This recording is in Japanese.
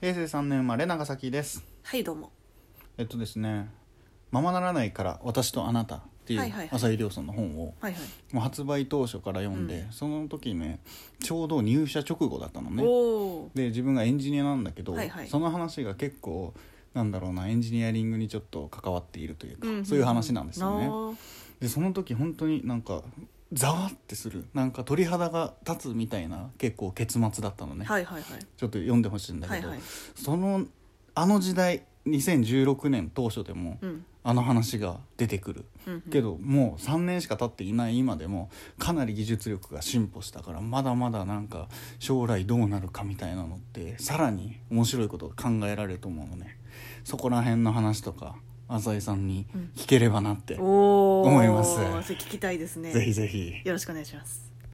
平成3年生まれ長崎ですはいどうもえっとですね「ままならないから私とあなた」っていはいはいはうい浅井亮さんの本をはいはいもう発売当初から読んで、その時ねちょうど入社直後だったのねおおで自分がエンジニアなんだけど、はいはいその話が結構なんだろうなエンジニアリングにちょっと関わっているというか、ーそういう話なんですよね。ねでその時本当になんかざわってするなんか鳥肌が立つみたいな結構結末だったのね、はいはいはいちょっと読んでほしいんだはけいど、はいそのあの時代2016年当初でも、うんあの話が出てくる、うんうんけどもう3年しか経っていない今でもかなり技術力が進歩したからまだまだなんか将来どうなるかみたいなのってさらに面白いことが考えられると思うのねそこら辺の話とか浅井さんに聞ければなって、おお思いますそれ聞きたいですねぜひぜひよろしくお願いします